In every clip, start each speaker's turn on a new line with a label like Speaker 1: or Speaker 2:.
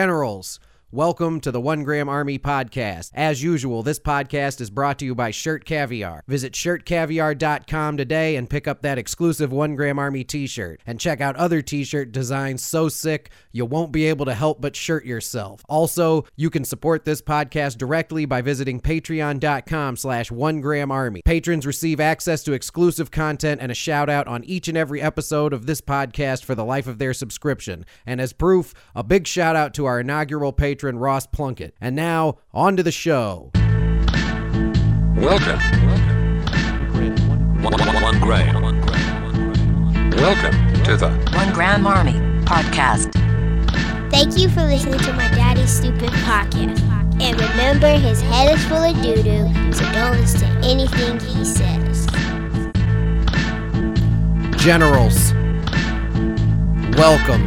Speaker 1: Generals, welcome to the One Gram Army podcast. As usual, this podcast is brought to you by Shirt Caviar. Visit shirtcaviar.com today and pick up that exclusive One Gram Army t shirt. And check out other t shirt designs so sick you won't be able to help but shirt yourself. Also, you can support this podcast directly by visiting patreon.com slash one gram army. Patrons receive access to exclusive content and a shout out on each and every episode of this podcast for the life of their subscription. And as proof, a big shout out to our inaugural patron, Ross Plunkett. And now, on to the show.
Speaker 2: Welcome. One, one, one grain. Welcome to the
Speaker 3: One Gram Army Podcast.
Speaker 4: Thank you for listening to my daddy's stupid podcast. And remember, his head is full of doo doo, so don't listen to anything he says.
Speaker 1: Generals, welcome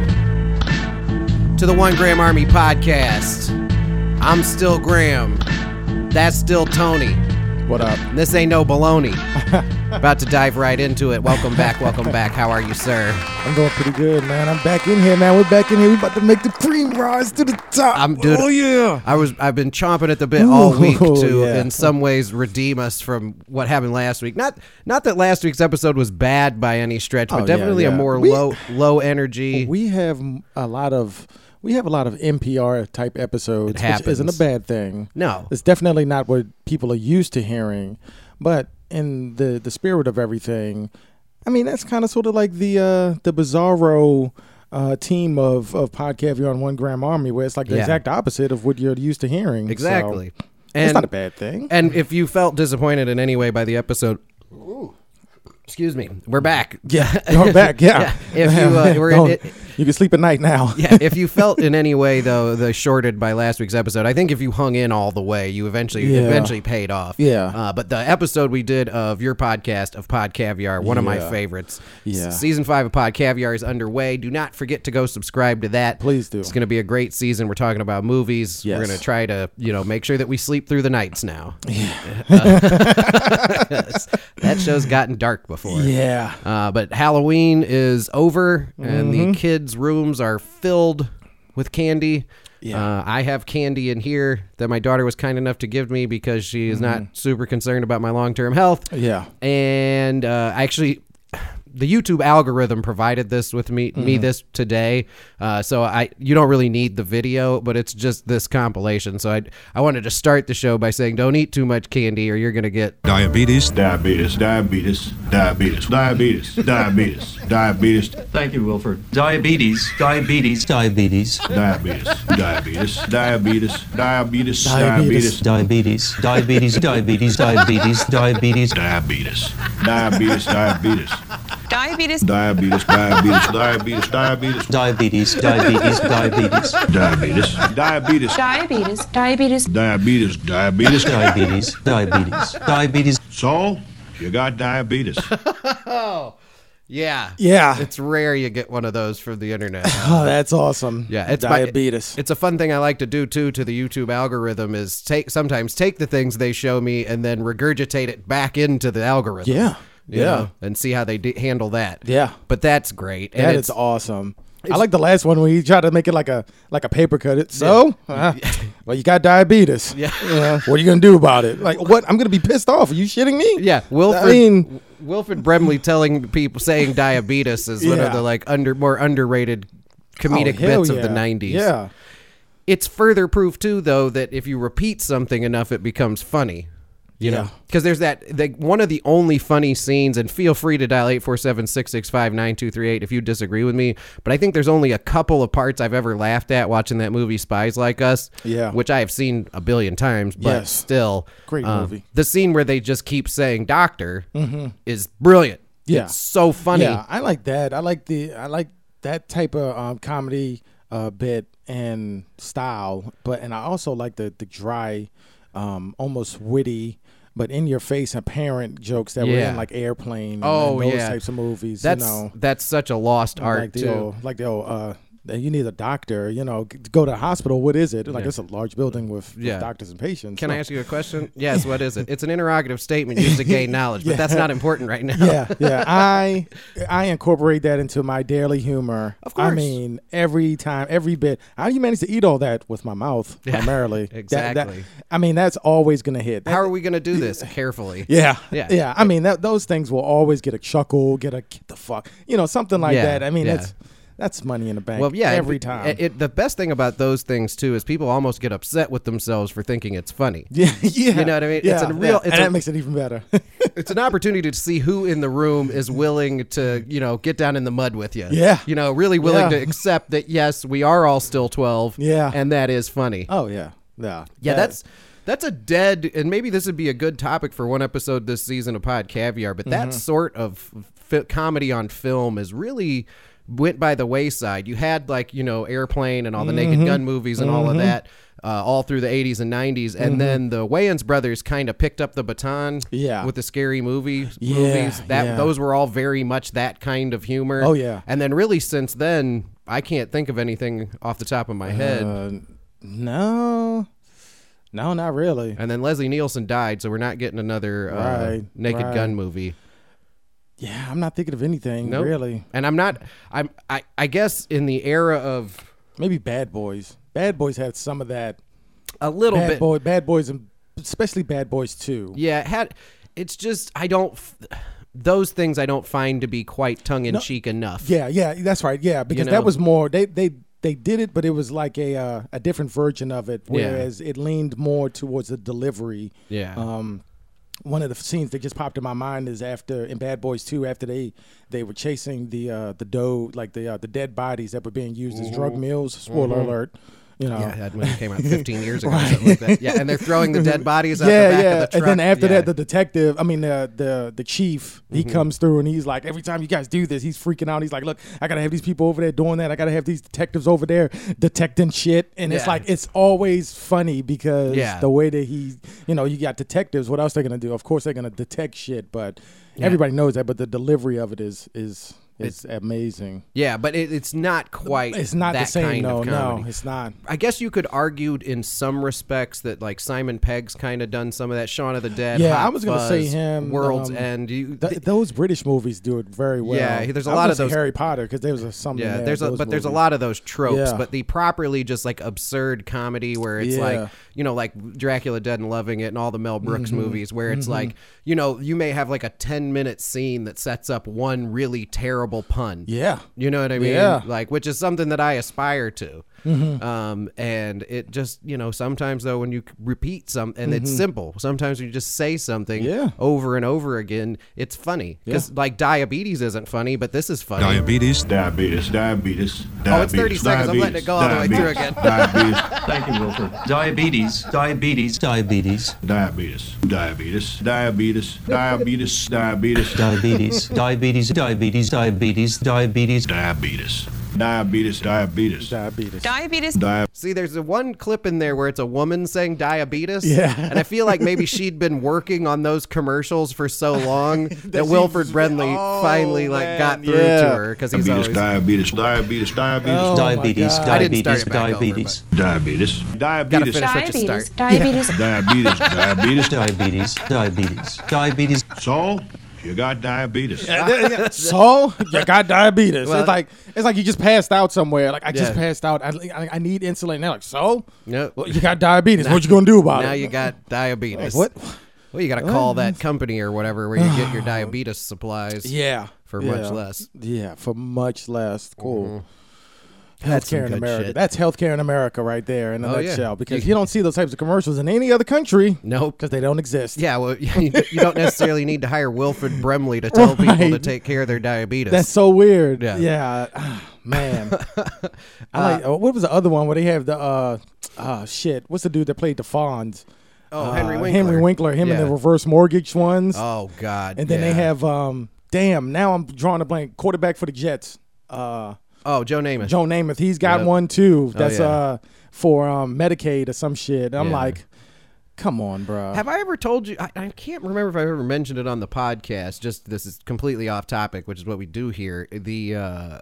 Speaker 1: to the One Graham Army podcast. I'm still Graham. That's still Tony.
Speaker 5: What up?
Speaker 1: And This ain't no baloney. About to dive right into it. Welcome back, welcome back. How are you, sir?
Speaker 5: I'm doing pretty good, man. I'm back in here, man. We're back in here. We about to make the cream rise to the top.
Speaker 1: I'm- dude,
Speaker 5: Oh yeah.
Speaker 1: I was I've been chomping at the bit all week
Speaker 5: Ooh, oh,
Speaker 1: to
Speaker 5: yeah.
Speaker 1: in some ways redeem us from what happened last week. Not not that last week's episode was bad by any stretch,
Speaker 5: Oh,
Speaker 1: but
Speaker 5: yeah,
Speaker 1: definitely a
Speaker 5: yeah.
Speaker 1: more
Speaker 5: We- Oh,
Speaker 1: low low energy.
Speaker 5: We have a lot of we have a lot of NPR type episodes,
Speaker 1: It
Speaker 5: which isn't a
Speaker 1: happens.
Speaker 5: bad thing.
Speaker 1: No.
Speaker 5: it's definitely not what people are used to hearing. But in the the spirit of everything, I mean, that's kind of sort of like the uh, the bizarro. Uh, team of of podcast on one gram army where it's like the
Speaker 1: Yeah.
Speaker 5: exact opposite of what you're used to hearing So,
Speaker 1: exactly.
Speaker 5: it's not a bad thing
Speaker 1: And if you felt disappointed in any way by the episode, excuse me, we're back.
Speaker 5: Yeah, you're back. Yeah,
Speaker 1: Yeah, if you, uh, were in
Speaker 5: Don't-
Speaker 1: it-
Speaker 5: you can sleep at night now.
Speaker 1: Yeah, if you felt in any way though the shorted by last week's episode, I think if you hung in all the way, you eventually
Speaker 5: Yeah.
Speaker 1: eventually paid off.
Speaker 5: Yeah.
Speaker 1: Uh, but the episode we did of your podcast of Pod Caviar, one of my
Speaker 5: Yeah.
Speaker 1: favorites.
Speaker 5: Yeah.
Speaker 1: S- Season five of Pod Caviar is underway. Do not forget to go subscribe to that.
Speaker 5: Please do.
Speaker 1: It's going to be a great season. We're talking about movies. We're
Speaker 5: Yes.
Speaker 1: going to try to you know make sure that we sleep through the nights now. Yeah. that show's gotten dark before.
Speaker 5: yeah.
Speaker 1: Uh, but Halloween is over, and the kids' rooms are filled with candy.
Speaker 5: Yeah.
Speaker 1: Uh, I have candy in here that my daughter was kind enough to give me because she is not super concerned about my long term health.
Speaker 5: Yeah.
Speaker 1: And uh, actually, the YouTube algorithm provided this with me me this today, uh, so I you don't really need the video, but it's just this compilation. So I I wanted to start the show by saying don't eat too much candy or you're gonna get
Speaker 2: diabetes.
Speaker 6: Diabetes, diabetes, diabetes, diabetes, diabetes, diabetes,
Speaker 7: Thank you, Wilford. Diabetes, diabetes, diabetes,
Speaker 6: diabetes, diabetes, diabetes,
Speaker 5: Diabetes.
Speaker 6: diabetes, diabetes,
Speaker 7: diabetes, diabetes,
Speaker 6: diabetes,
Speaker 7: diabetes, diabetes, diabetes.
Speaker 6: diabetes, diabetes,
Speaker 8: Diabetes.
Speaker 6: diabetes, diabetes, diabetes, diabetes,
Speaker 7: Diabetes, diabetes,
Speaker 8: Diabetes.
Speaker 6: diabetes, diabetes,
Speaker 7: diabetes,
Speaker 8: Diabetes.
Speaker 6: diabetes, diabetes.
Speaker 7: diabetes, diabetes, diabetes.
Speaker 6: So, you got diabetes.
Speaker 1: yeah
Speaker 5: Yeah.
Speaker 1: It's rare you get one of those from the internet.
Speaker 5: oh, that's awesome.
Speaker 1: Yeah, it's my-
Speaker 5: diabetes.
Speaker 1: it's a fun thing I like to do too to the YouTube algorithm is take sometimes take the things they show me and then regurgitate it back into the algorithm.
Speaker 5: Yeah.
Speaker 1: you
Speaker 5: Yeah.
Speaker 1: know, and see how they d- handle that.
Speaker 5: Yeah.
Speaker 1: but that's great. And
Speaker 5: that
Speaker 1: it's
Speaker 5: is awesome. I like the last one where you try to make it like a like a paper cut. It so uh, well you got diabetes. Yeah. What are you gonna do about it? Like what? I'm gonna be pissed off. Are you shitting me?
Speaker 1: yeah. Wilfred,
Speaker 5: I mean,
Speaker 1: Wilfred Bremley telling people saying diabetes is one of
Speaker 5: Yeah.
Speaker 1: the like under more underrated comedic
Speaker 5: oh, hell
Speaker 1: bits
Speaker 5: yeah.
Speaker 1: of the '90s.
Speaker 5: Yeah.
Speaker 1: it's further proof too though that if you repeat something enough it becomes funny you know
Speaker 5: Yeah.
Speaker 1: because there's that the, one of the only funny scenes and feel free to dial 847-665-9238 if you disagree with me but i think there's only a couple of parts i've ever laughed at watching that movie spies like us
Speaker 5: Yeah.
Speaker 1: which i have seen a billion times but
Speaker 5: Yes.
Speaker 1: still um,
Speaker 5: Great movie. Mm-hmm.
Speaker 1: the scene where they just keep saying doctor is brilliant
Speaker 5: Yeah.
Speaker 1: it's so funny
Speaker 5: Yeah, I like that. I like the I like that type of um, comedy uh, bit and style. But and I also like the the dry, um, almost witty, but in your face apparent jokes that were
Speaker 1: Yeah.
Speaker 5: in like Airplane.
Speaker 1: Oh,
Speaker 5: and those
Speaker 1: yeah.
Speaker 5: types of movies.
Speaker 1: that's
Speaker 5: you know,
Speaker 1: that's such a lost art
Speaker 5: like the
Speaker 1: too
Speaker 5: old like the old uh, that you need a doctor, you know, g- go to the hospital. What is it? Like it's a large building with, with
Speaker 1: Yeah.
Speaker 5: doctors and patients.
Speaker 1: Can I
Speaker 5: Like,
Speaker 1: ask you a question? Yes, what is it? It's an interrogative statement used to gain knowledge, but that's not important right now.
Speaker 5: yeah, yeah. I I incorporate that into my daily humor. Of I
Speaker 1: course.
Speaker 5: mean, every time, every bit. How do you manage to eat all that with my mouth primarily? That- that-
Speaker 1: exactly.
Speaker 5: I mean, that's always gonna hit.
Speaker 1: How are we going to do this carefully?
Speaker 5: yeah,
Speaker 1: Yeah.
Speaker 5: yeah, yeah. I mean, that those things will always get a chuckle, get a get the fuck, you know, something like
Speaker 1: Yeah,
Speaker 5: that. I mean,
Speaker 1: yeah.
Speaker 5: that's that's money in the bank.
Speaker 1: Well, yeah, it-
Speaker 5: every time.
Speaker 1: It, it- the best thing about those things too is people almost get upset with themselves for thinking it's funny.
Speaker 5: yeah, yeah.
Speaker 1: You know what I mean? It's
Speaker 5: Yeah,
Speaker 1: a real-
Speaker 5: yeah.
Speaker 1: it's
Speaker 5: and
Speaker 1: a-
Speaker 5: that makes it even better.
Speaker 1: It's an opportunity to see who in the room is willing to, you know, get down in the mud with you.
Speaker 5: Yeah.
Speaker 1: You know, really willing
Speaker 5: Yeah.
Speaker 1: to accept that yes, we are all still 12.
Speaker 5: Yeah.
Speaker 1: And that is funny.
Speaker 5: oh yeah, yeah,
Speaker 1: Yeah,
Speaker 5: That-
Speaker 1: that's that's a dead and maybe this would be a good topic for one episode this season of Pod Caviar, but
Speaker 5: Mm-hmm.
Speaker 1: that sort of fi- comedy on film is really went by the wayside. You had like, you know, Airplane and all the Naked
Speaker 5: Mm-hmm.
Speaker 1: Gun movies and all of that. Uh, all through the 80s and 90s,
Speaker 5: Mm-hmm.
Speaker 1: and then the Wayans brothers kind of picked up the baton,
Speaker 5: Yeah.
Speaker 1: with the scary movie
Speaker 5: Yeah,
Speaker 1: movies. That
Speaker 5: yeah.
Speaker 1: those were all very much that kind of humor.
Speaker 5: Oh, yeah.
Speaker 1: and then really since then, I can't think of anything off the top of my head.
Speaker 5: Uh, no, no, not really.
Speaker 1: And then Leslie Nielsen died, so we're not getting another uh,
Speaker 5: Right,
Speaker 1: Naked
Speaker 5: right.
Speaker 1: Gun movie.
Speaker 5: Yeah, I'm not thinking of anything
Speaker 1: Nope.
Speaker 5: really.
Speaker 1: And I'm not. I'm. I. I guess in the era of
Speaker 5: Maybe Bad Boys. Bad Boys had some of that.
Speaker 1: a little
Speaker 5: Bad
Speaker 1: bit.
Speaker 5: Boy, Bad Boys, and especially Bad Boys Two.
Speaker 1: Yeah. it Had. It's just I don't. f- Those things I don't find to be quite tongue in cheek enough.
Speaker 5: Yeah, yeah, that's right. Yeah, because
Speaker 1: know.
Speaker 5: that was more they they they did it, but it was like a uh, a different version of it, whereas it leaned more towards the delivery.
Speaker 1: Yeah.
Speaker 5: Um, one of the scenes that just popped in my mind is after in Bad Boys 2, after they they were chasing the uh, the dough like the uh, the dead bodies that were being used as drug mules. Spoiler alert. You know,
Speaker 1: Mm-hmm. Yeah, that movie came out 15 years ago. or something like that. Yeah, and they're throwing the dead bodies out the back of the truck.
Speaker 5: Mm-hmm. And then after
Speaker 1: Yeah. Mm-hmm.
Speaker 5: that, the detective, I mean the the the chief, he comes through and he's like, every time you guys do this, he's freaking out. He's like, look, I gotta have these people over there doing that. I gotta have these detectives over there detecting shit. And it's
Speaker 1: Yeah.
Speaker 5: like it's always funny because
Speaker 1: Yeah.
Speaker 5: the way that he, you know, you got detectives. What else they gonna do? Of course they're gonna detect shit, but everybody knows that. But the delivery of it is is is amazing.
Speaker 1: yeah, but it, it's not quite.
Speaker 5: It's not the
Speaker 1: that
Speaker 5: same.
Speaker 1: kind
Speaker 5: No,
Speaker 1: of
Speaker 5: no,
Speaker 1: comedy.
Speaker 5: it's not.
Speaker 1: I guess you could argue in some respects that like Simon Pegg's kind of done some of that. Shaun of the Dead.
Speaker 5: Yeah,
Speaker 1: Hot
Speaker 5: I was gonna
Speaker 1: Fuzz,
Speaker 5: say him.
Speaker 1: World's
Speaker 5: um,
Speaker 1: End. You,
Speaker 5: Th- those British movies do it very well.
Speaker 1: Yeah, there's a
Speaker 5: I
Speaker 1: lot
Speaker 5: was gonna
Speaker 1: of
Speaker 5: say
Speaker 1: those-
Speaker 5: Harry Potter because there was a, some.
Speaker 1: yeah,
Speaker 5: there,
Speaker 1: there's a
Speaker 5: those
Speaker 1: but there's a
Speaker 5: movies.
Speaker 1: lot of those tropes,
Speaker 5: Yeah.
Speaker 1: but the properly just like absurd comedy where it's
Speaker 5: Yeah.
Speaker 1: like you know like Dracula Dead and Loving It and all the Mel Brooks
Speaker 5: Mm-hmm.
Speaker 1: movies where it's like you know you may have like a 10 minute scene that sets up one really terrible pun.
Speaker 5: Yeah,
Speaker 1: You know what I mean?
Speaker 5: Yeah. Mm-hmm.
Speaker 1: Like, which is something that I aspire to. Um, and it just, you know, sometimes though, when you c- repeat some, and it's simple. Sometimes you just say something
Speaker 5: Mm-hmm. Yeah.
Speaker 1: over and over again. It's funny because like diabetes isn't funny, but this is funny.
Speaker 2: Diabetes.
Speaker 6: Diabetes, diabetes, diabetes.
Speaker 1: Oh, it's 30 seconds. I'm letting it go all the way through
Speaker 6: diabetes,
Speaker 1: again.
Speaker 6: Diabetes,
Speaker 7: Thank you, Wilfred. Diabetes, diabetes, diabetes,
Speaker 6: diabetes, diabetes, diabetes, diabetes, diabetes,
Speaker 7: diabetes, diabetes, diabetes, diabetes,
Speaker 6: diabetes, diabetes,
Speaker 7: diabetes.
Speaker 6: diabetes,
Speaker 5: diabetes.
Speaker 8: Diabetes.
Speaker 6: diabetes.
Speaker 1: See, there's a one clip in there where it's a woman saying diabetes.
Speaker 5: Yeah.
Speaker 1: And I feel like maybe she'd been working on those commercials for so long that, Wilfred Brenly
Speaker 5: Oh,
Speaker 1: finally like
Speaker 5: man,
Speaker 1: got through to
Speaker 5: yeah.
Speaker 1: her because he's
Speaker 6: Diabetes,
Speaker 1: always
Speaker 6: diabetes, diabetes, diabetes,
Speaker 7: Diabetes,
Speaker 5: God.
Speaker 1: Oh I didn't start
Speaker 7: diabetes,
Speaker 1: it back over,
Speaker 7: diabetes,
Speaker 6: diabetes,
Speaker 1: gotta
Speaker 6: diabetes,
Speaker 1: finish what you start.
Speaker 8: Diabetes. Diabetes.
Speaker 6: diabetes, diabetes.
Speaker 7: diabetes, diabetes, diabetes.
Speaker 6: So, you got diabetes.
Speaker 5: so you got diabetes.
Speaker 1: Well-
Speaker 5: it's like it's like you just passed out somewhere. Like I just
Speaker 1: Yeah.
Speaker 5: passed out. I, I, I need insulin. They're like, so
Speaker 1: Nope.
Speaker 5: Well, you got diabetes. what you gonna do about
Speaker 1: Now
Speaker 5: it?
Speaker 1: you got diabetes.
Speaker 5: what? Uh,
Speaker 1: Well, you got to call that company or whatever where you get your diabetes supplies.
Speaker 5: Yeah,
Speaker 1: For
Speaker 5: yeah.
Speaker 1: much less. Mm-hmm.
Speaker 5: Yeah, for much less. Cool.
Speaker 1: That's some
Speaker 5: Healthcare in
Speaker 1: good
Speaker 5: America.
Speaker 1: shit.
Speaker 5: That's healthcare in America right there in a
Speaker 1: Oh, yeah.
Speaker 5: nutshell. Because
Speaker 1: You-
Speaker 5: you don't see those types of commercials in any other country.
Speaker 1: Nope.
Speaker 5: Because they don't exist.
Speaker 1: Yeah, well, you you don't necessarily need to hire Wilfred Brimley to tell people to
Speaker 5: Right.
Speaker 1: take care of their diabetes.
Speaker 5: That's so weird.
Speaker 1: Yeah. Uh,
Speaker 5: Yeah. Ah, man. I like, oh, what was the other one where they have the uh uh shit. What's the dude that played the Fonz?
Speaker 1: oh,
Speaker 5: Uh,
Speaker 1: Henry Winkler.
Speaker 5: Henry Winkler, him
Speaker 1: Yeah.
Speaker 5: and the reverse mortgage ones.
Speaker 1: Oh, God.
Speaker 5: and then they
Speaker 1: yeah.
Speaker 5: have um damn, now I'm drawing a blank quarterback for the Jets. Uh
Speaker 1: Oh, Joe Namath.
Speaker 5: Joe Namath, he's
Speaker 1: Yep.
Speaker 5: got
Speaker 1: Oh,
Speaker 5: one too. That's
Speaker 1: yeah.
Speaker 5: uh for um Medicaid or some shit. I'm
Speaker 1: Yeah.
Speaker 5: like, come on, bro.
Speaker 1: Have I ever told you? I, I can't remember if I've ever mentioned it on the podcast. Just this is completely off topic, which is what we do here. The uh,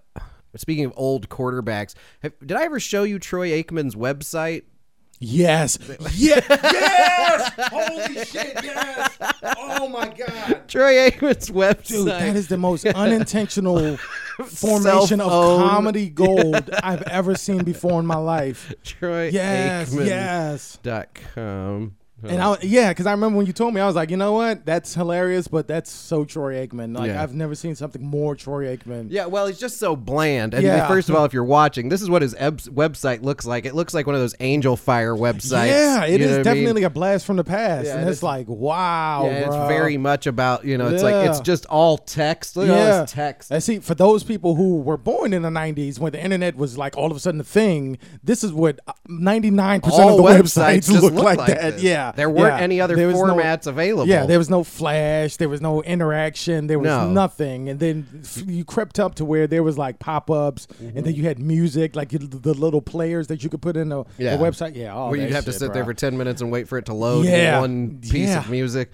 Speaker 1: Speaking of old quarterbacks, have, did I ever show you Troy Aikman's website?
Speaker 5: Yes. Yeah. yes. Holy shit. Yes. Oh my god.
Speaker 1: Troy Aikman's website.
Speaker 5: Dude, that is the most unintentional formation of
Speaker 1: Self-owned.
Speaker 5: comedy gold I've ever seen before in my life.
Speaker 1: Troy
Speaker 5: Yes,
Speaker 1: Aikman
Speaker 5: yes.
Speaker 1: dot com.
Speaker 5: And I, yeah, because I remember when you told me, I was like, you know what? That's hilarious, but that's so Troy Aikman. Like
Speaker 1: Yeah.
Speaker 5: I've never seen something more Troy Aikman.
Speaker 1: Yeah, well, he's just so bland. And
Speaker 5: Yeah.
Speaker 1: first of all, if you're watching, this is what his ebs- website looks like. It looks like one of those angel fire websites.
Speaker 5: Yeah, it
Speaker 1: You know
Speaker 5: is
Speaker 1: what I mean?
Speaker 5: definitely a blast from the past,
Speaker 1: Yeah,
Speaker 5: and
Speaker 1: it
Speaker 5: it's
Speaker 1: is.
Speaker 5: like, wow,
Speaker 1: Yeah,
Speaker 5: bruh.
Speaker 1: it's very much about you know. It's like it's
Speaker 5: Yeah.
Speaker 1: just all text. Look at all this text.
Speaker 5: And see, for those people who were born in the 90s when the internet was like all of a sudden a thing, this is what uh, 99%
Speaker 1: All
Speaker 5: of the
Speaker 1: websites
Speaker 5: websites,
Speaker 1: just
Speaker 5: look,
Speaker 1: look
Speaker 5: like,
Speaker 1: like
Speaker 5: that.
Speaker 1: this.
Speaker 5: Yeah.
Speaker 1: There weren't
Speaker 5: yeah.
Speaker 1: any other
Speaker 5: There was no-
Speaker 1: formats available.
Speaker 5: Yeah, there was no flash, there was no interaction, there was
Speaker 1: No.
Speaker 5: nothing. And then f- you crept up to where there was like pop ups, and
Speaker 1: Mm-hmm.
Speaker 5: then you had music, like you- the little players that you could put in the, the
Speaker 1: Yeah.
Speaker 5: website. Yeah, all
Speaker 1: where
Speaker 5: that
Speaker 1: you'd have to
Speaker 5: shit,
Speaker 1: sit there
Speaker 5: bruh.
Speaker 1: for 10 minutes and wait for it to load
Speaker 5: Yeah.
Speaker 1: one piece of
Speaker 5: Yeah. Mm-hmm.
Speaker 1: music.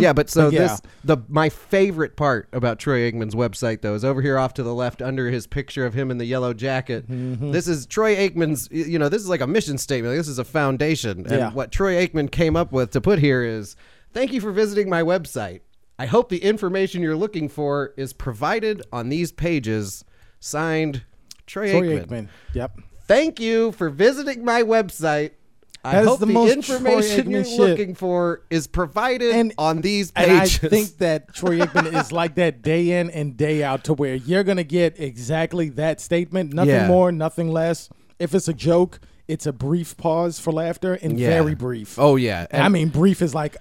Speaker 1: Yeah, but so
Speaker 5: But yeah.
Speaker 1: this the my favorite part about Troy Aikman's website though is over here off to the left under his picture of him in the yellow jacket.
Speaker 5: Mm-hmm.
Speaker 1: This is Troy Aikman's y- you know, this is like a mission statement. This is a foundation. And
Speaker 5: Yeah.
Speaker 1: what Troy Aikman came up with to put here is thank you for visiting my website. I hope the information you're looking for is provided on these pages. Signed Troy,
Speaker 5: Troy
Speaker 1: Aikman.
Speaker 5: Aikman. Yep.
Speaker 1: Thank you for visiting my website. I
Speaker 5: That is
Speaker 1: hope the,
Speaker 5: the most
Speaker 1: information
Speaker 5: Troy Aikman
Speaker 1: you're
Speaker 5: shit.
Speaker 1: looking for is provided on these
Speaker 5: and
Speaker 1: pages.
Speaker 5: I think that Troy Aikman is like that day in and day out to where you're gonna get exactly that statement, nothing
Speaker 1: Yeah.
Speaker 5: more, nothing less. If it's a joke, it's a brief pause for laughter and
Speaker 1: Yeah.
Speaker 5: very brief.
Speaker 1: Oh, yeah.
Speaker 5: And I
Speaker 1: And-
Speaker 5: mean brief is like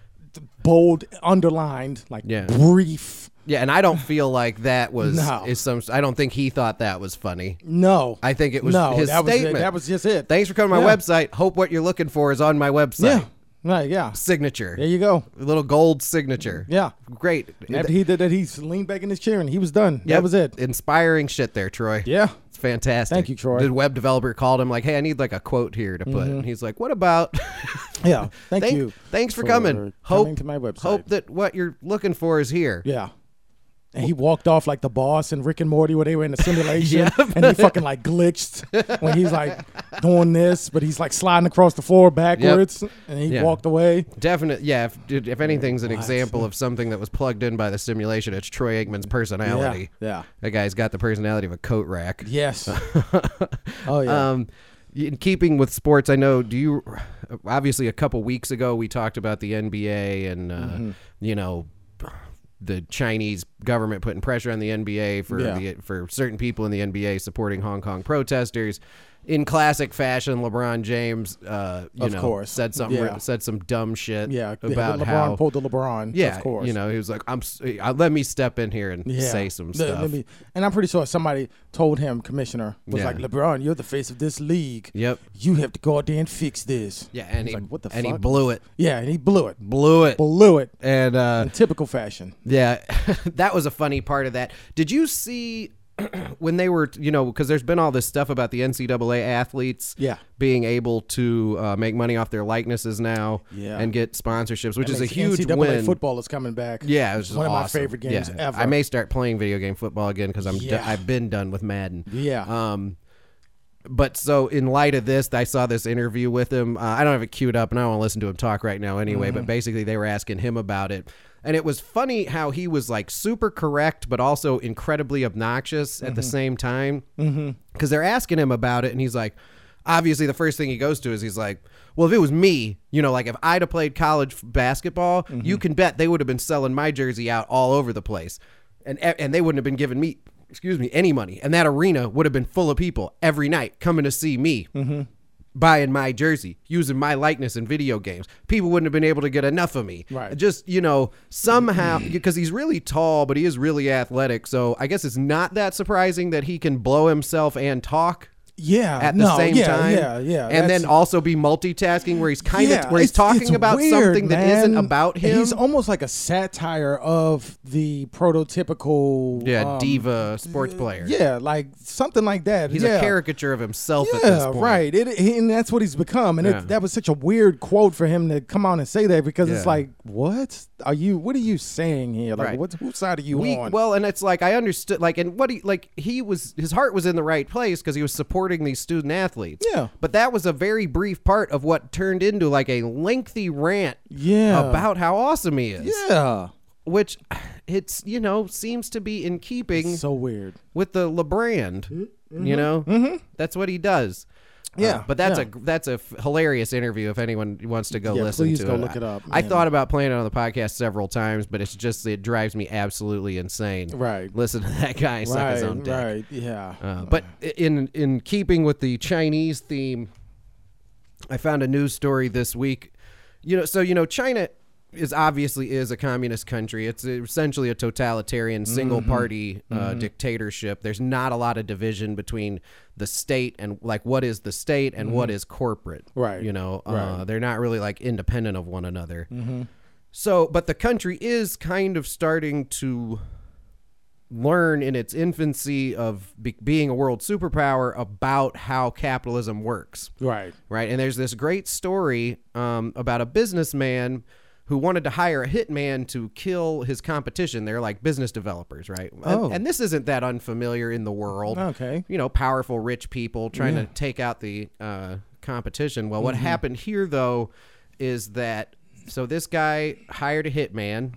Speaker 5: bold, underlined, like
Speaker 1: Yeah.
Speaker 5: brief.
Speaker 1: yeah, and I don't feel like that was
Speaker 5: No.
Speaker 1: is some. I don't think he thought that was funny.
Speaker 5: No,
Speaker 1: I think it was
Speaker 5: no.
Speaker 1: his
Speaker 5: that
Speaker 1: statement.
Speaker 5: Was it. That was just it.
Speaker 1: Thanks for coming to my
Speaker 5: Yeah.
Speaker 1: website. Hope what you're looking for is on my website.
Speaker 5: Yeah, right. Yeah,
Speaker 1: Signature.
Speaker 5: there you go.
Speaker 1: Little gold signature.
Speaker 5: Yeah.
Speaker 1: Great.
Speaker 5: After he did that, he leaned back in his chair and he was done.
Speaker 1: Yep.
Speaker 5: That was it.
Speaker 1: Inspiring shit there, Troy.
Speaker 5: Yeah.
Speaker 1: It's fantastic.
Speaker 5: Thank you, Troy. Mm-hmm.
Speaker 1: The web developer called him like, "Hey, I need like a quote here to put." And he's like, "What about?"
Speaker 5: Yeah. Thank,
Speaker 1: Thank-
Speaker 5: you.
Speaker 1: Thanks for, coming. Hope
Speaker 5: to my website.
Speaker 1: Hope that what you're looking for is here.
Speaker 5: Yeah. And he walked off like the boss in Rick and Morty where they were in the simulation and he fucking like glitched when he's like doing this, but he's like sliding across the floor backwards and he
Speaker 1: Yeah.
Speaker 5: walked away.
Speaker 1: Definite. Yeah. If, dude, if anything's an example of something that was plugged in by the simulation, it's Troy Aikman's personality.
Speaker 5: yeah.
Speaker 1: That guy's got the personality of a coat rack.
Speaker 5: Yes. oh yeah.
Speaker 1: Um, in keeping with sports, I know. Do you? Obviously, a couple weeks ago, we talked about the NBA and uh,
Speaker 5: Mm-hmm.
Speaker 1: you know the Chinese government putting pressure on the NBA for
Speaker 5: Yeah.
Speaker 1: the, for certain people in the NBA supporting Hong Kong protesters. In classic fashion, LeBron James, uh, you
Speaker 5: Of
Speaker 1: know,
Speaker 5: course.
Speaker 1: said something,
Speaker 5: Yeah.
Speaker 1: said some dumb shit
Speaker 5: yeah.
Speaker 1: about
Speaker 5: LeBron
Speaker 1: how
Speaker 5: pulled the LeBron.
Speaker 1: yeah,
Speaker 5: Of course.
Speaker 1: you know, he was like, "I'm, s- uh, let me step in here and
Speaker 5: Yeah.
Speaker 1: say some
Speaker 5: Let-
Speaker 1: stuff."
Speaker 5: let me- and I'm pretty sure somebody told him, Commissioner, was
Speaker 1: Yeah.
Speaker 5: like, LeBron, you're the face of this league.
Speaker 1: Yep.
Speaker 5: You have to go out there and fix this.
Speaker 1: yeah, and
Speaker 5: He's
Speaker 1: he
Speaker 5: like, what the
Speaker 1: and he
Speaker 5: fuck?
Speaker 1: blew it,
Speaker 5: yeah, and he blew it.
Speaker 1: blew it,
Speaker 5: Blew it.
Speaker 1: and uh,
Speaker 5: In typical fashion.
Speaker 1: Yeah, that was a funny part of that. Did you see when they were, you know, because there's been all this stuff about the NCAA athletes,
Speaker 5: Yeah.
Speaker 1: being able to uh, make money off their likenesses now,
Speaker 5: Yeah.
Speaker 1: and get sponsorships, which is a
Speaker 5: Makes
Speaker 1: huge
Speaker 5: NCAA
Speaker 1: win.
Speaker 5: Football is coming back.
Speaker 1: Yeah, it was
Speaker 5: It's
Speaker 1: just
Speaker 5: one of my
Speaker 1: awesome.
Speaker 5: favorite games
Speaker 1: Yeah.
Speaker 5: ever.
Speaker 1: I may start playing video game football again because I'm do-
Speaker 5: Yeah.
Speaker 1: I've been done with Madden.
Speaker 5: Yeah.
Speaker 1: Um, but so in light of this, I saw this interview with him. Uh, I don't have it queued up, and I don't want to listen to him talk right now anyway. But basically, they were asking him about it, and it was funny how he was like super correct, but also incredibly obnoxious at the same time. Because they're asking him about it, and he's like. Obviously, the first thing he goes to is he's like, "Well, if it was me, you know, like if I'd have played college f- basketball, you can bet they would have been selling my jersey out all over the place, and e, and they wouldn't have been giving me excuse me, any money. And that arena would have been full of people every night coming to see me.
Speaker 5: Mm-hmm.
Speaker 1: Buying my jersey, using my likeness in video games, people wouldn't have been able to get enough of me.
Speaker 5: Right.
Speaker 1: Just you know, somehow because he's really tall, but he is really athletic. So I guess it's not that surprising that he can blow himself and talk.
Speaker 5: Yeah,
Speaker 1: at the
Speaker 5: no,
Speaker 1: same
Speaker 5: yeah,
Speaker 1: time.
Speaker 5: yeah, yeah,
Speaker 1: And then
Speaker 5: that's-
Speaker 1: also be multitasking where he's kind of
Speaker 5: Yeah,
Speaker 1: where he's
Speaker 5: it's-
Speaker 1: talking
Speaker 5: it's
Speaker 1: about
Speaker 5: weird,
Speaker 1: something that isn't
Speaker 5: man.
Speaker 1: about him.
Speaker 5: He's almost like a satire of the prototypical
Speaker 1: yeah,
Speaker 5: um,
Speaker 1: diva sports player.
Speaker 5: Yeah, like something like that.
Speaker 1: He's
Speaker 5: yeah.
Speaker 1: a caricature of himself at this
Speaker 5: Yeah,
Speaker 1: point.
Speaker 5: right. It, he- and that's what he's become. And
Speaker 1: Yeah.
Speaker 5: it, that was such a weird quote for him to come out and say that because
Speaker 1: Yeah.
Speaker 5: it's like, what are you? What are you saying here? Like,
Speaker 1: Right.
Speaker 5: what's whose side are you
Speaker 1: We,
Speaker 5: on?
Speaker 1: well, and it's like I understood, like, and what he like he was his heart was in the right place because he was supporting these student athletes.
Speaker 5: Yeah.
Speaker 1: but that was a very brief part of what turned into like a lengthy rant.
Speaker 5: Yeah.
Speaker 1: about how awesome he is.
Speaker 5: yeah,
Speaker 1: which it's you know seems to be in keeping
Speaker 5: so weird.
Speaker 1: with the LeBrand. You know, mm-hmm. that's what he does. Uh,
Speaker 5: Yeah,
Speaker 1: but that's
Speaker 5: yeah.
Speaker 1: a that's a f- hilarious interview. If anyone wants to go
Speaker 5: Yeah,
Speaker 1: listen
Speaker 5: please
Speaker 1: to
Speaker 5: go
Speaker 1: it,
Speaker 5: look it up,
Speaker 1: I
Speaker 5: man.
Speaker 1: thought about playing it on the podcast several times, but it's just it drives me absolutely insane.
Speaker 5: Right.
Speaker 1: listen to that guy suck
Speaker 5: right,
Speaker 1: his own dick.
Speaker 5: right. Yeah.
Speaker 1: Uh, but i- in in keeping with the Chinese theme, I found a news story this week. You know, so you know, China is obviously is a communist country. It's essentially a totalitarian single
Speaker 5: Mm-hmm.
Speaker 1: party uh, dictatorship. There's not a lot of division between the state and like what is the state and what is corporate.
Speaker 5: Mm-hmm. Right.
Speaker 1: You know, uh,
Speaker 5: Right. Mm-hmm.
Speaker 1: they're not really like independent of one another. So, but the country is kind of starting to learn in its infancy of be- being a world superpower about how capitalism works
Speaker 5: right.
Speaker 1: right? And there's this great story um, about a businessman who wanted to hire a hitman to kill his competition. They're like business developers, right? And-
Speaker 5: Oh.
Speaker 1: And, this isn't that unfamiliar in the world.
Speaker 5: Okay.
Speaker 1: You know, powerful, rich people trying to take out the uh, competition. Well, what
Speaker 5: Mm-hmm.
Speaker 1: happened here, though, is that so this guy hired a hitman.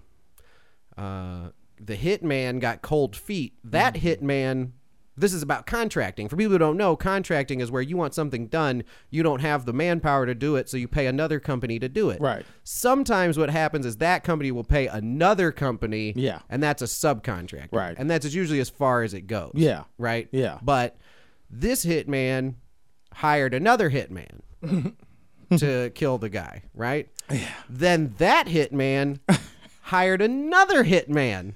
Speaker 1: Uh, the hitman got cold feet. That
Speaker 5: Mm-hmm.
Speaker 1: hitman, this is about contracting. For people who don't know, contracting is where you want something done, you don't have the manpower to do it, so you pay another company to do it.
Speaker 5: Right.
Speaker 1: Sometimes what happens is that company will pay another company,
Speaker 5: Yeah.
Speaker 1: and that's a subcontractor.
Speaker 5: Right.
Speaker 1: And that's usually as far as it goes.
Speaker 5: Yeah.
Speaker 1: Right?
Speaker 5: Yeah.
Speaker 1: But this hitman hired another hitman to kill the guy, right? Then that hitman hired another hitman.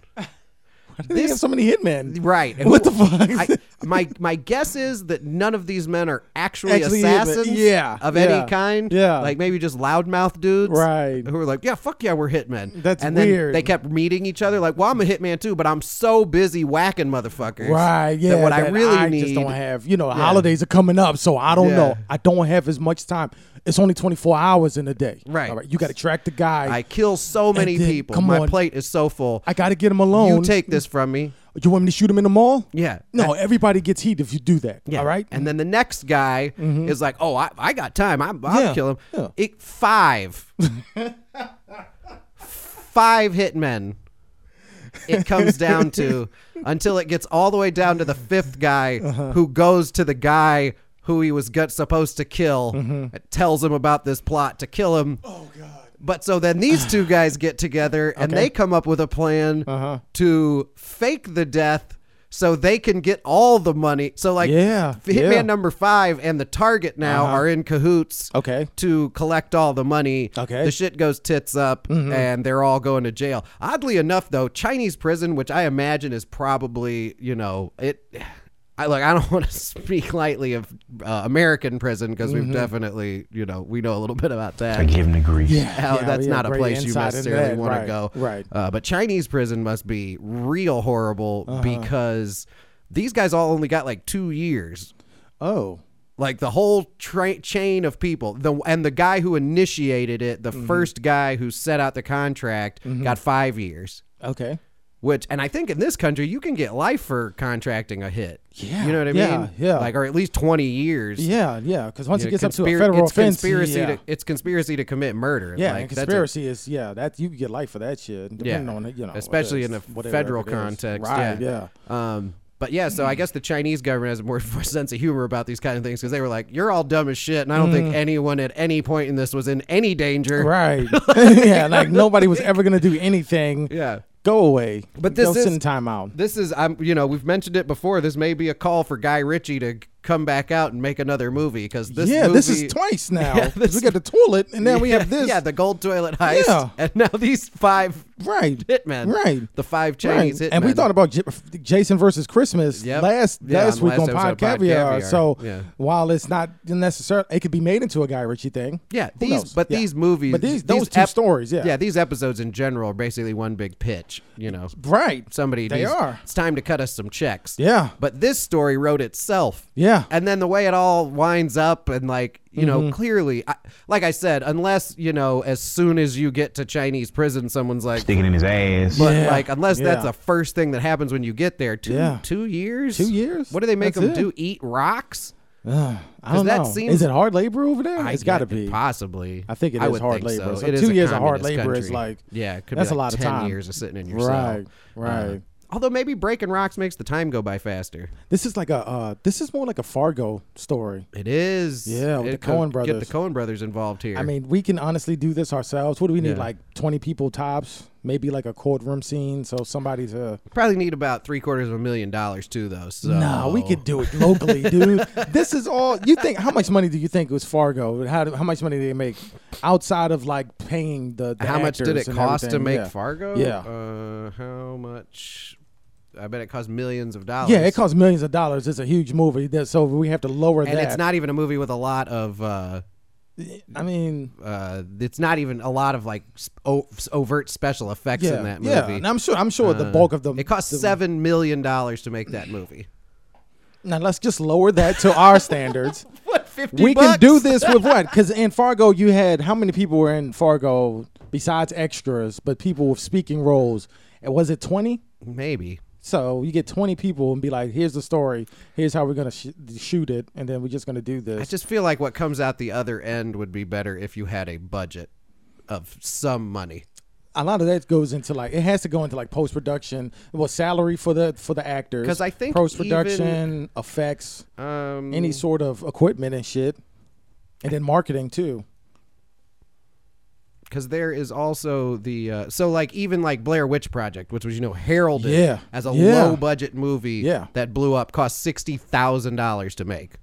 Speaker 5: They have so many hitmen.
Speaker 1: Right. And
Speaker 5: What
Speaker 1: who-
Speaker 5: the fuck?
Speaker 1: I, my my guess is that none of these men are actually,
Speaker 5: Actually hitmen.
Speaker 1: assassins
Speaker 5: Yeah,
Speaker 1: of
Speaker 5: yeah,
Speaker 1: any kind.
Speaker 5: yeah.
Speaker 1: Like maybe just loudmouth dudes.
Speaker 5: Right.
Speaker 1: Who are like, yeah, fuck yeah, we're hitmen.
Speaker 5: That's
Speaker 1: and then
Speaker 5: weird.
Speaker 1: they kept meeting each other like, well, I'm a hitman too, but I'm so busy whacking motherfuckers.
Speaker 5: Right. Yeah.
Speaker 1: That what I
Speaker 5: that
Speaker 1: really
Speaker 5: I
Speaker 1: need.
Speaker 5: just don't have. You know, holidays are coming up, so I don't
Speaker 1: Yeah.
Speaker 5: know. I don't have as much time. It's only twenty four hours in a day.
Speaker 1: Right.
Speaker 5: All right. You got to track the guy.
Speaker 1: I kill so many
Speaker 5: then,
Speaker 1: people.
Speaker 5: come
Speaker 1: my
Speaker 5: on.
Speaker 1: plate is so full.
Speaker 5: I got to get him alone.
Speaker 1: you take this from me.
Speaker 5: You want me to shoot him in the mall?
Speaker 1: Yeah.
Speaker 5: No, everybody gets heat if you do that. All right. Mm-hmm.
Speaker 1: And then the next guy is like, oh, I, I got time. I, I'll
Speaker 5: Yeah,
Speaker 1: kill him.
Speaker 5: yeah.
Speaker 1: It, five. five hitmen. It comes down to until it gets all the way down to the fifth guy
Speaker 5: Uh-huh.
Speaker 1: who goes to the guy who he was gut supposed to kill,
Speaker 5: Mm-hmm.
Speaker 1: and tells him about this plot to kill him. Oh, God. But so then these two guys get together and they come up with a plan
Speaker 5: Uh-huh.
Speaker 1: to fake the death so they can get all the money. So, like,
Speaker 5: Yeah,
Speaker 1: Hitman
Speaker 5: yeah. Uh-huh.
Speaker 1: number five and the target now are in cahoots
Speaker 5: Okay.
Speaker 1: to collect all the money.
Speaker 5: Okay.
Speaker 1: The shit goes tits up
Speaker 5: Mm-hmm.
Speaker 1: and they're all going to jail. Oddly enough, though, Chinese prison, which I imagine is probably, you know, it. I like. I don't want to speak lightly of uh, American prison because we've
Speaker 5: Mm-hmm.
Speaker 1: definitely, you know, we know a little bit about that. I give him degree. Yeah, how
Speaker 5: yeah,
Speaker 1: that's
Speaker 5: yeah,
Speaker 1: not a
Speaker 5: great
Speaker 1: place you
Speaker 5: insight in
Speaker 1: necessarily
Speaker 5: that,
Speaker 1: want to
Speaker 5: right,
Speaker 1: go.
Speaker 5: right.
Speaker 1: Uh, but Chinese prison must be real horrible
Speaker 5: Uh-huh.
Speaker 1: because these guys all only got like two years
Speaker 5: Oh.
Speaker 1: like the whole tra- chain of people the and the guy who initiated it the
Speaker 5: Mm-hmm.
Speaker 1: first guy who set out the contract got 5 years
Speaker 5: Okay.
Speaker 1: which and I think in this country you can get life for contracting a hit
Speaker 5: Yeah,
Speaker 1: you know what I
Speaker 5: yeah,
Speaker 1: mean
Speaker 5: yeah.
Speaker 1: like or at least 20 years
Speaker 5: Yeah. Yeah. Because once
Speaker 1: You know,
Speaker 5: it gets up to
Speaker 1: conspira-
Speaker 5: a federal
Speaker 1: it's
Speaker 5: offense,
Speaker 1: conspiracy
Speaker 5: yeah.
Speaker 1: to it's conspiracy to commit murder
Speaker 5: yeah,
Speaker 1: like,
Speaker 5: and
Speaker 1: that's a-
Speaker 5: conspiracy is yeah that you can get life for that shit. Depending on it, you know,
Speaker 1: especially
Speaker 5: whether
Speaker 1: in the
Speaker 5: it's- whatever
Speaker 1: federal
Speaker 5: it is.
Speaker 1: context,
Speaker 5: Right,
Speaker 1: yeah. Um, but yeah, so I guess the Chinese government has a more, more sense of humor about these kind of things because they were like, "You're all dumb as shit," and I don't think anyone at any point in this was in any danger.
Speaker 5: Mm. Right. yeah, like nobody was ever gonna do anything.
Speaker 1: Yeah.
Speaker 5: Go away.
Speaker 1: But this
Speaker 5: Go
Speaker 1: is-
Speaker 5: sit in timeout.
Speaker 1: This is, I'm, you know, we've mentioned it before. This may be a call for Guy Ritchie to come back out and make another movie because this
Speaker 5: yeah, this
Speaker 1: movie-
Speaker 5: is twice now.
Speaker 1: Yeah,
Speaker 5: 'Cause
Speaker 1: this-
Speaker 5: we got the toilet, and now we have
Speaker 1: Yeah,
Speaker 5: this.
Speaker 1: Yeah, the gold toilet heist.
Speaker 5: Yeah.
Speaker 1: And now these five
Speaker 5: right,
Speaker 1: hitmen.
Speaker 5: right,
Speaker 1: The five Chinese
Speaker 5: right.
Speaker 1: hitmen.
Speaker 5: And we thought about J- Jason versus Christmas
Speaker 1: Yep.
Speaker 5: last
Speaker 1: Yeah, on
Speaker 5: last week
Speaker 1: last
Speaker 5: on
Speaker 1: episode
Speaker 5: Pod
Speaker 1: of Pod
Speaker 5: Caviar.
Speaker 1: Caviar.
Speaker 5: So
Speaker 1: Yeah.
Speaker 5: while it's not necessarily, it could be made into a Guy Ritchie thing.
Speaker 1: Yeah,
Speaker 5: Who
Speaker 1: these
Speaker 5: knows?
Speaker 1: but
Speaker 5: Yeah.
Speaker 1: these movies,
Speaker 5: but these those two
Speaker 1: ep-
Speaker 5: stories. Yeah,
Speaker 1: yeah, these episodes in general are basically one big pitch. You know,
Speaker 5: right.
Speaker 1: somebody
Speaker 5: they
Speaker 1: needs-
Speaker 5: are.
Speaker 1: It's time to cut us some checks.
Speaker 5: Yeah.
Speaker 1: but this story wrote itself.
Speaker 5: Yeah. Mm-hmm.
Speaker 1: and then the way it all winds up, and like you know, clearly, I, like I said, unless you know, as soon as you get to Chinese prison, someone's like.
Speaker 9: Sticking in his ass.
Speaker 1: But
Speaker 5: Yeah.
Speaker 1: like, unless that's
Speaker 5: Yeah.
Speaker 1: the first thing that happens when you get there, two
Speaker 5: Yeah.
Speaker 1: two years,
Speaker 5: Two years?
Speaker 1: What do they make
Speaker 5: That's
Speaker 1: them
Speaker 5: it.
Speaker 1: do? Eat rocks?
Speaker 5: I don't
Speaker 1: that
Speaker 5: know.
Speaker 1: seems-
Speaker 5: is it hard labor over there?
Speaker 1: I
Speaker 5: it's got to
Speaker 1: get-
Speaker 5: be.
Speaker 1: possibly.
Speaker 5: I think it
Speaker 1: I
Speaker 5: is
Speaker 1: would
Speaker 5: hard labor.
Speaker 1: So.
Speaker 5: So
Speaker 1: It is
Speaker 5: two
Speaker 1: a
Speaker 5: years of hard
Speaker 1: communist
Speaker 5: labor is
Speaker 1: country.
Speaker 5: like-
Speaker 1: yeah, it could
Speaker 5: that's
Speaker 1: be
Speaker 5: a
Speaker 1: like
Speaker 5: lot of
Speaker 1: ten
Speaker 5: time.
Speaker 1: years of sitting in your cell.
Speaker 5: Right, right.
Speaker 1: although maybe breaking rocks makes the time go by faster.
Speaker 5: This is like a. Uh, this is more like a Fargo story.
Speaker 1: It is.
Speaker 5: Yeah, with
Speaker 1: It
Speaker 5: the
Speaker 1: could
Speaker 5: Coen
Speaker 1: Get
Speaker 5: brothers.
Speaker 1: the Cohen brothers involved here.
Speaker 5: I mean, we can honestly do this ourselves. What do we need?
Speaker 1: Yeah.
Speaker 5: Like twenty people tops, maybe like a courtroom scene. So somebody's uh
Speaker 1: probably need about three quarters of a million dollars too, though. So
Speaker 5: No, we could do it locally, dude. This is all you think. How much money do you think was Fargo? How, do- how much money did they make outside of like paying the? the
Speaker 1: How much did
Speaker 5: actors
Speaker 1: it
Speaker 5: and
Speaker 1: cost to
Speaker 5: everything?
Speaker 1: make
Speaker 5: Yeah.
Speaker 1: Fargo?
Speaker 5: Yeah,
Speaker 1: Uh, how much? I bet it cost millions of dollars.
Speaker 5: yeah, it costs millions of dollars. It's a huge movie, that, so we have to lower
Speaker 1: And
Speaker 5: that.
Speaker 1: it's not even a movie with a lot of. Uh,
Speaker 5: I mean,
Speaker 1: uh, it's not even a lot of like sp- o- s- overt special effects
Speaker 5: yeah,
Speaker 1: in that movie. Uh,
Speaker 5: yeah. And I'm sure. I'm sure the bulk of the
Speaker 1: It cost
Speaker 5: the-
Speaker 1: seven million dollars to make that movie.
Speaker 5: Now let's just lower that to our standards.
Speaker 1: What fifty?
Speaker 5: we can do this with what? Because in Fargo, you had how many people were in Fargo besides extras, but people with speaking roles? And Was it twenty?
Speaker 1: Maybe.
Speaker 5: So you get 20 people and be like, here's the story. Here's how we're going to sh- shoot it. And then we're just going to do
Speaker 1: I
Speaker 5: this.
Speaker 1: just feel like what comes out the other end would be better if you had a budget of some money.
Speaker 5: a lot of that goes into like, it has to go into like post production, well, salary for the for the actors.
Speaker 1: 'Cause I think
Speaker 5: post production, effects,
Speaker 1: Um,
Speaker 5: any sort of equipment and shit. And then marketing too.
Speaker 1: because there is also the uh, so like even like Blair Witch Project, which was you know heralded
Speaker 5: Yeah.
Speaker 1: as a
Speaker 5: Yeah.
Speaker 1: low budget movie
Speaker 5: Yeah.
Speaker 1: that blew up, cost sixty thousand dollars to make.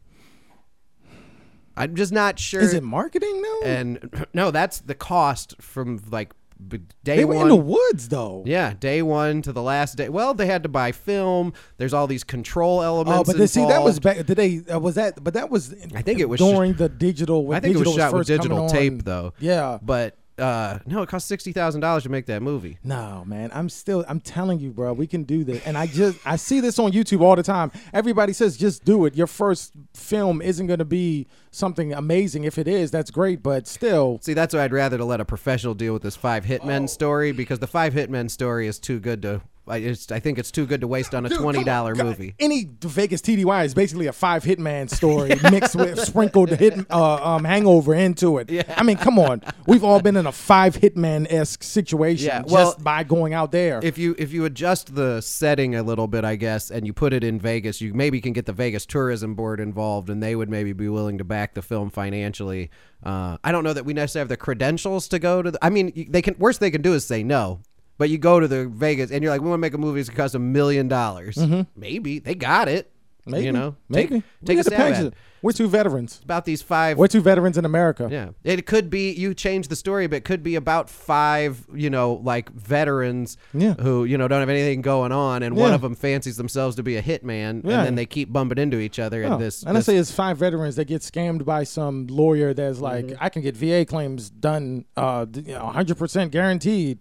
Speaker 1: I'm just not sure.
Speaker 5: Is it marketing now?
Speaker 1: Uh, and no, that's the cost from like b- day
Speaker 5: they were
Speaker 1: one.
Speaker 5: in the woods though.
Speaker 1: yeah, day one to the last day. Well, they had to buy film. There's all these control elements.
Speaker 5: Oh, but then, see, that was
Speaker 1: involved.
Speaker 5: back. Did they? Uh, was that? But that was. I
Speaker 1: think it was sh-
Speaker 5: during the digital. When
Speaker 1: I think it
Speaker 5: digital
Speaker 1: was shot with
Speaker 5: first coming
Speaker 1: digital
Speaker 5: on.
Speaker 1: tape, though.
Speaker 5: Yeah.
Speaker 1: But uh, no, it cost sixty thousand dollars to make that movie.
Speaker 5: No, man. I'm still I'm telling you, bro, we can do this. And I just I see this on YouTube all the time. Everybody says just do it. Your first film isn't going to be something amazing. If it is, that's great, but still
Speaker 1: See, that's why I'd rather to let a professional deal with this five
Speaker 5: Oh.
Speaker 1: hitmen story because the five hitmen story is too good to. I, it's, I think it's too good to waste on a twenty dollar movie.
Speaker 5: any Vegas TDY is basically a five hitman story mixed with sprinkled hit uh, um, hangover into it. I mean, come on. We've all been in a five hitman esque situation
Speaker 1: Yeah, well,
Speaker 5: just by going out there.
Speaker 1: If you if you adjust the setting a little bit, I guess, and you put it in Vegas, you maybe can get the Vegas tourism board involved, and they would maybe be willing to back the film financially. Uh, I don't know that we necessarily have the credentials to go to. The, I mean, you- they can worst they can do is say no. But you go to the Vegas and you're like, we want to make a movie that's gonna cost a million dollars. Maybe they got it.
Speaker 5: Mm-hmm. maybe,
Speaker 1: you know,
Speaker 5: maybe
Speaker 1: take,
Speaker 5: We
Speaker 1: take a
Speaker 5: got the
Speaker 1: stab at
Speaker 5: pension.
Speaker 1: it.
Speaker 5: We're two veterans.
Speaker 1: about these five.
Speaker 5: We're two veterans in America.
Speaker 1: yeah, it could be you change the story, but it could be about five, you know, like veterans
Speaker 5: Yeah.
Speaker 1: who you know don't have anything going on, and one
Speaker 5: Yeah.
Speaker 1: of them fancies themselves to be a hitman,
Speaker 5: Yeah.
Speaker 1: and then they keep bumping into each other.
Speaker 5: Yeah.
Speaker 1: And this,
Speaker 5: Oh, and I
Speaker 1: this-
Speaker 5: say it's five veterans that get scammed by some lawyer that's like,
Speaker 1: Mm-hmm.
Speaker 5: I can get VA claims done, uh, d- you know, 100% guaranteed.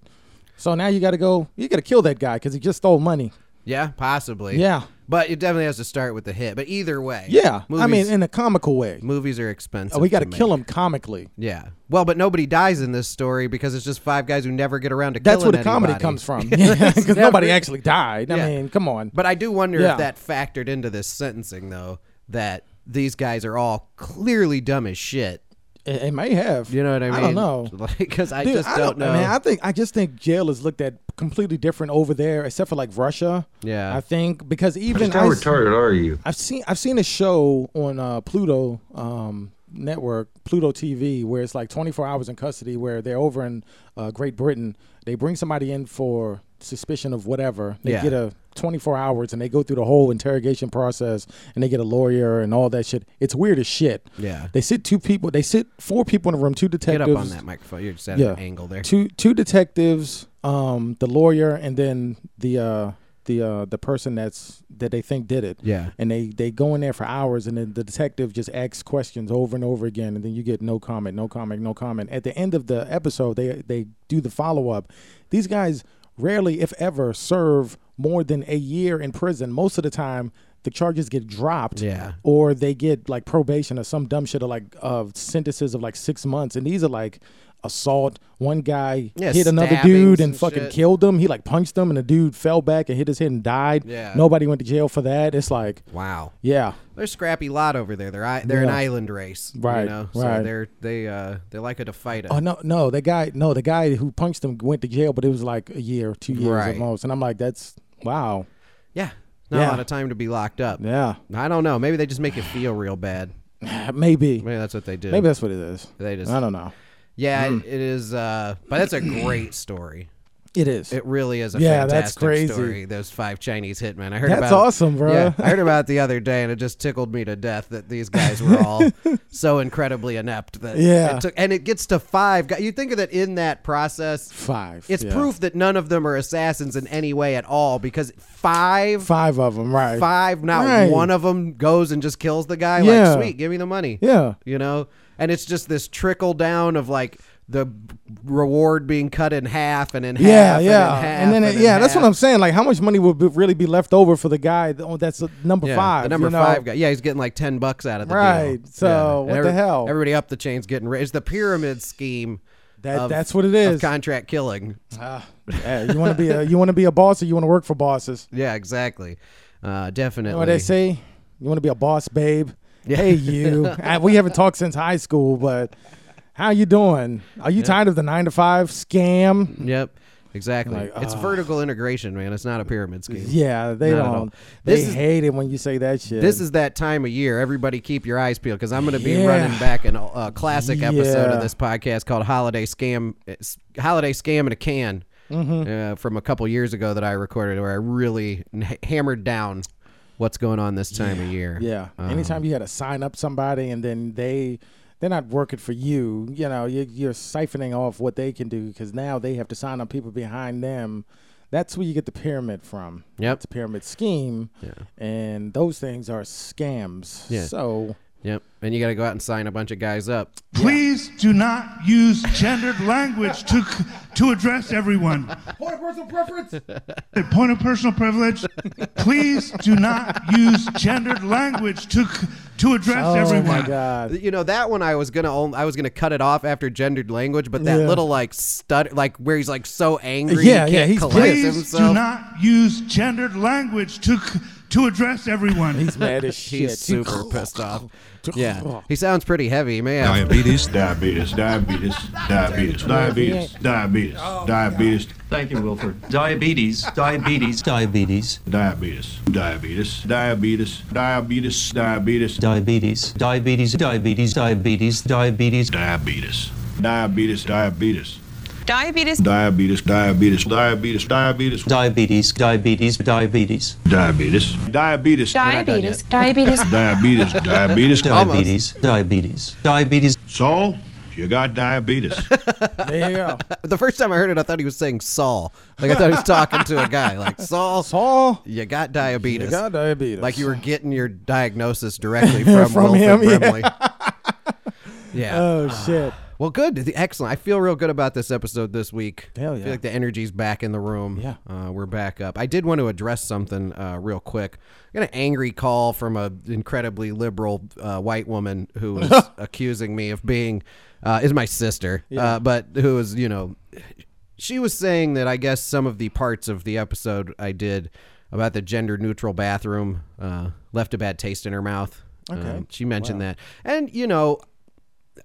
Speaker 5: So now you got to go, you got to kill that guy because he just stole money.
Speaker 1: yeah, possibly,
Speaker 5: Yeah.
Speaker 1: but it definitely has to start with the hit. But either way,
Speaker 5: Yeah.
Speaker 1: movies,
Speaker 5: I mean, in a comical way. Uh,
Speaker 1: movies are expensive.
Speaker 5: we got to
Speaker 1: make.
Speaker 5: kill him comically.
Speaker 1: Yeah, well, but nobody dies in this story because it's just five guys who never get around to.
Speaker 5: That's where
Speaker 1: killing
Speaker 5: the comedy
Speaker 1: anybody.
Speaker 5: comes from. Because nobody actually died. I
Speaker 1: Yeah.
Speaker 5: mean, come on.
Speaker 1: But I do wonder
Speaker 5: Yeah.
Speaker 1: if that factored into this sentencing, though, that these guys are all clearly dumb as shit.
Speaker 5: It, it may have.
Speaker 1: You know what I mean?
Speaker 5: I don't know.
Speaker 1: Because I
Speaker 5: Dude,
Speaker 1: just don't, know.
Speaker 5: Man, I think I just think jail is looked at completely different over there, except for like Russia.
Speaker 1: Yeah.
Speaker 5: I think because even I s-
Speaker 9: are you?
Speaker 5: I've seen I've seen a show on uh, Pluto um, network, Pluto TV, where it's like 24 hours in custody, where they're over in uh, Great Britain. They bring somebody in for suspicion of whatever. They
Speaker 1: Yeah.
Speaker 5: get a 24 hours and they go through the whole interrogation process and they get a lawyer and all that shit. It's weird as shit.
Speaker 1: Yeah.
Speaker 5: They sit two people, they sit four people in a room, two
Speaker 1: Get
Speaker 5: detectives.
Speaker 1: up on that microphone. You're just at
Speaker 5: Yeah.
Speaker 1: an angle there.
Speaker 5: Two two detectives, um, the lawyer and then the uh the uh the person that's that they think did it.
Speaker 1: Yeah.
Speaker 5: And they they go in there for hours and then the detective just asks questions over and over again and then you get no comment, no comment, no comment. At the end of the episode they they do the follow up. These guys rarely if ever serve more than a year in prison. Most of the time the charges get dropped
Speaker 1: Yeah.
Speaker 5: or they get like probation or some dumb shit or like uh, sentences of like six months and these are like assault one guy
Speaker 1: Yeah,
Speaker 5: hit another
Speaker 1: stabbings
Speaker 5: dude and
Speaker 1: and
Speaker 5: fucking
Speaker 1: shit.
Speaker 5: killed him he like punched him and the dude fell back and hit his head and died
Speaker 1: Yeah.
Speaker 5: nobody went to jail for that it's like
Speaker 1: Wow.
Speaker 5: yeah
Speaker 1: They're a scrappy lot over there. They're I- they're an
Speaker 5: Yeah.
Speaker 1: island race, You
Speaker 5: Right,
Speaker 1: know? So
Speaker 5: right.
Speaker 1: they're they uh they like to fight it.
Speaker 5: oh no no the guy no the guy who punched him went to jail but it was like a year two years
Speaker 1: Right.
Speaker 5: at most and i'm like that's wow
Speaker 1: yeah, not a
Speaker 5: Yeah.
Speaker 1: lot of time to be locked up.
Speaker 5: yeah
Speaker 1: I don't know. Maybe they just make you feel real bad.
Speaker 5: Uh, maybe
Speaker 1: Maybe that's what they do.
Speaker 5: maybe that's Mm. what it is
Speaker 1: They just-
Speaker 5: i don't know
Speaker 1: yeah, it- it is. Uh, but that's a great story.
Speaker 5: it is
Speaker 1: It really is a
Speaker 5: Yeah,
Speaker 1: fantastic
Speaker 5: that's crazy.
Speaker 1: story. Those five Chinese hitmen. I heard
Speaker 5: That's
Speaker 1: about
Speaker 5: awesome, bro.
Speaker 1: Yeah, I heard about it the other day, and it just tickled me to death that these guys were all so incredibly inept that
Speaker 5: Yeah.
Speaker 1: It took, and it gets to five. guys. You think that in that process,
Speaker 5: five
Speaker 1: it's
Speaker 5: yeah.
Speaker 1: proof that none of them are assassins in any way at all because five,
Speaker 5: five of them right
Speaker 1: five, not
Speaker 5: Right.
Speaker 1: one of them goes and just kills the guy.
Speaker 5: Yeah.
Speaker 1: Like, sweet, give me the money.
Speaker 5: Yeah.
Speaker 1: You know? And it's just this trickle down of like the reward being cut in half and in half.
Speaker 5: Yeah,
Speaker 1: and in
Speaker 5: yeah,
Speaker 1: half
Speaker 5: and then it-
Speaker 1: in
Speaker 5: yeah, that's
Speaker 1: half.
Speaker 5: what I'm saying. Like, how much money would be, really be left over for the guy that, oh, that's uh, number
Speaker 1: Yeah,
Speaker 5: five?
Speaker 1: the number
Speaker 5: you know?
Speaker 1: five guy. Yeah, he's getting like ten bucks out of the deal.
Speaker 5: Right, so
Speaker 1: Yeah. And
Speaker 5: what the hell?
Speaker 1: Everybody up the chain's getting rich. It's the pyramid scheme.
Speaker 5: That-
Speaker 1: of-
Speaker 5: that's what it
Speaker 1: of
Speaker 5: is.
Speaker 1: contract killing.
Speaker 5: Yeah, you want to be a you want to be a boss or you want to work for bosses? You
Speaker 1: Yeah, exactly. Uh, definitely.
Speaker 5: know what they say? You want to be a boss, babe? Hey, you. Uh, we haven't talked since high school, but how you doing? Are you tired of the nine to five scam?
Speaker 1: Yep. Exactly.
Speaker 5: Like,
Speaker 1: it's
Speaker 5: ugh.
Speaker 1: vertical integration, man. It's not a pyramid scheme.
Speaker 5: Yeah, they
Speaker 1: Not at all.
Speaker 5: don't. They
Speaker 1: This is-
Speaker 5: hate it when you say that shit.
Speaker 1: This is that time of year. Everybody keep your eyes peeled because I'm going to be
Speaker 5: Yeah.
Speaker 1: running back an, a classic episode
Speaker 5: Yeah.
Speaker 1: of this podcast called "Holiday Scam," it's "Holiday Scam in a Can,"
Speaker 5: Mm-hmm.
Speaker 1: uh, from a couple years ago that I recorded, where I really n- hammered down what's going on this time of year.
Speaker 5: Yeah.
Speaker 1: Um,
Speaker 5: Anytime you had to sign up somebody and then they they're not working for you, you know, you, you're siphoning off what they can do because now they have to sign up people behind them. That's where you get the pyramid from.
Speaker 1: Yep.
Speaker 5: It's a pyramid scheme. Yeah. And those things are scams.
Speaker 1: Yeah.
Speaker 5: So
Speaker 1: Yep. And you got to go out and sign a bunch of guys up.
Speaker 9: Please do not use gendered language to to address everyone.
Speaker 5: Point of personal preference.
Speaker 9: The point of personal privilege. Please do not use gendered language to to address
Speaker 5: oh
Speaker 9: everyone.
Speaker 5: my God.
Speaker 1: You know that one I was gonna on- I was gonna cut it off after gendered language, but that
Speaker 5: Yeah.
Speaker 1: little like stutter like where he's like so angry.
Speaker 5: Yeah,
Speaker 1: he
Speaker 5: yeah,
Speaker 1: can't
Speaker 5: he's
Speaker 1: collect
Speaker 5: pissed.
Speaker 9: Please do
Speaker 1: himself.
Speaker 9: not use gendered language to to address everyone.
Speaker 5: He's mad as shit.
Speaker 1: He's super pissed off. Yeah, he sounds pretty heavy, man.
Speaker 6: Diabetes, diabetes, diabetes, diabetes, diabetes, diabetes,
Speaker 5: Oh
Speaker 6: diabetes,
Speaker 7: Thank you, Wilford. Diabetes, diabetes, diabetes,
Speaker 6: diabetes, diabetes, diabetes, diabetes, diabetes,
Speaker 7: diabetes, diabetes, diabetes, diabetes,
Speaker 6: diabetes,
Speaker 7: diabetes.
Speaker 6: diabetes, diabetes,
Speaker 8: Diabetes.
Speaker 6: diabetes, diabetes, diabetes, diabetes,
Speaker 7: Diabetes, diabetes, diabetes,
Speaker 6: diabetes,
Speaker 8: Diabetes. Diabetes.
Speaker 6: diabetes, diabetes, diabetes.
Speaker 7: diabetes, diabetes, diabetes.
Speaker 6: So, you got diabetes.
Speaker 5: There you go.
Speaker 1: The first time I heard it, I thought he was saying Saul. Like I thought he was talking to a guy. Like Saul,
Speaker 5: Paul,
Speaker 1: you got diabetes.
Speaker 5: you got diabetes.
Speaker 1: Like you were getting your diagnosis directly from, from
Speaker 5: him, yeah.
Speaker 1: Brimley. Yeah.
Speaker 5: Oh, shit.
Speaker 1: Well, good. The- Excellent. I feel real good about this episode this week.
Speaker 5: Hell
Speaker 1: I
Speaker 5: yeah.
Speaker 1: feel like the energy's back in the room.
Speaker 5: Yeah.
Speaker 1: Uh, we're back up. I did want to address something uh, real quick. I got an angry call from an incredibly liberal uh, white woman who was accusing me of being, uh, is my sister, uh, but who is, you know, she was saying that I guess some of the parts of the episode I did about the gender neutral bathroom uh, left a bad taste in her mouth. Okay. she mentioned that. And, you know,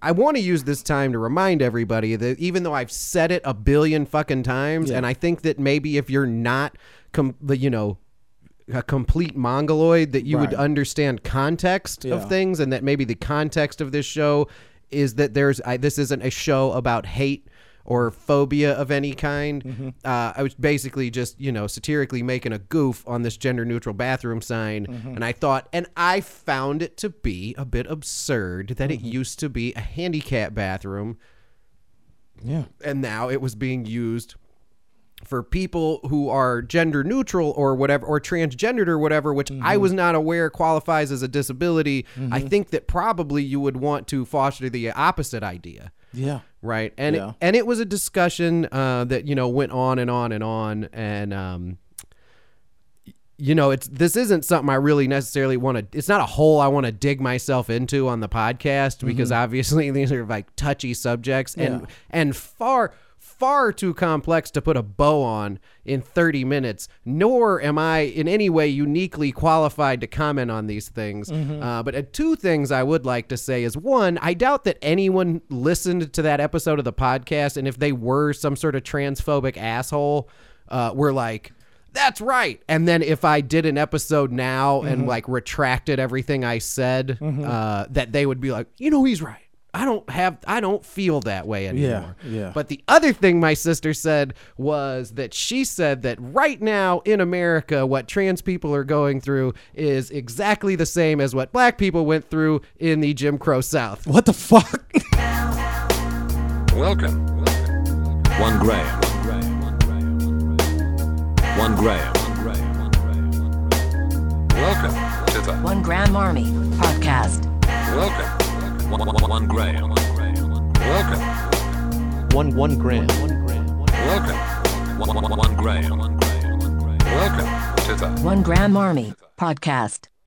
Speaker 1: I want to use this time to remind everybody that even though I've said it a billion fucking times, and I think that maybe if you're not, com- the- you know, a complete mongoloid, that you would
Speaker 5: Right.
Speaker 1: understand context of
Speaker 5: Yeah.
Speaker 1: things, and that maybe the context of this show is that there's I, this isn't a show about hate or phobia of any kind. Uh, I was basically just, you know, satirically making a goof on this gender neutral bathroom sign. And I thought, and I found it to be a bit absurd that it used to be a handicap bathroom
Speaker 5: Yeah.
Speaker 1: and now it was being used for people who are gender neutral or whatever or transgendered or whatever which i was not aware qualifies as a disability i think that probably you would want to foster the opposite idea
Speaker 5: Yeah.
Speaker 1: right and
Speaker 5: Yeah.
Speaker 1: it, and it was a discussion uh, that you know went on and on and on and um you know it's this isn't something i really necessarily want to it's not a hole i want to dig myself into on the podcast because obviously these are like touchy subjects and
Speaker 5: Yeah.
Speaker 1: and far far too complex to put a bow on in 30 minutes nor am i in any way uniquely qualified to comment on these things uh, but uh, two things i would like to say is one i doubt that anyone listened to that episode of the podcast and if they were some sort of transphobic asshole uh, were like that's right. And then if I did an episode now
Speaker 5: Mm-hmm.
Speaker 1: and like retracted everything I said, uh, that they would be like, you know, he's right. I don't have, I don't feel that way anymore.
Speaker 5: yeah.
Speaker 1: But the other thing my sister said was that she said that right now in America, what trans people are going through is exactly the same as what black people went through in the Jim Crow South.
Speaker 5: What the fuck?
Speaker 2: Welcome. One Graham. One Graham. Welcome to the
Speaker 3: One Graham Army Podcast.
Speaker 2: Welcome. One, one, one Graham. Welcome.
Speaker 7: One one gram.
Speaker 2: Welcome. One, one, one Graham. Welcome to the
Speaker 3: One Graham Army Podcast.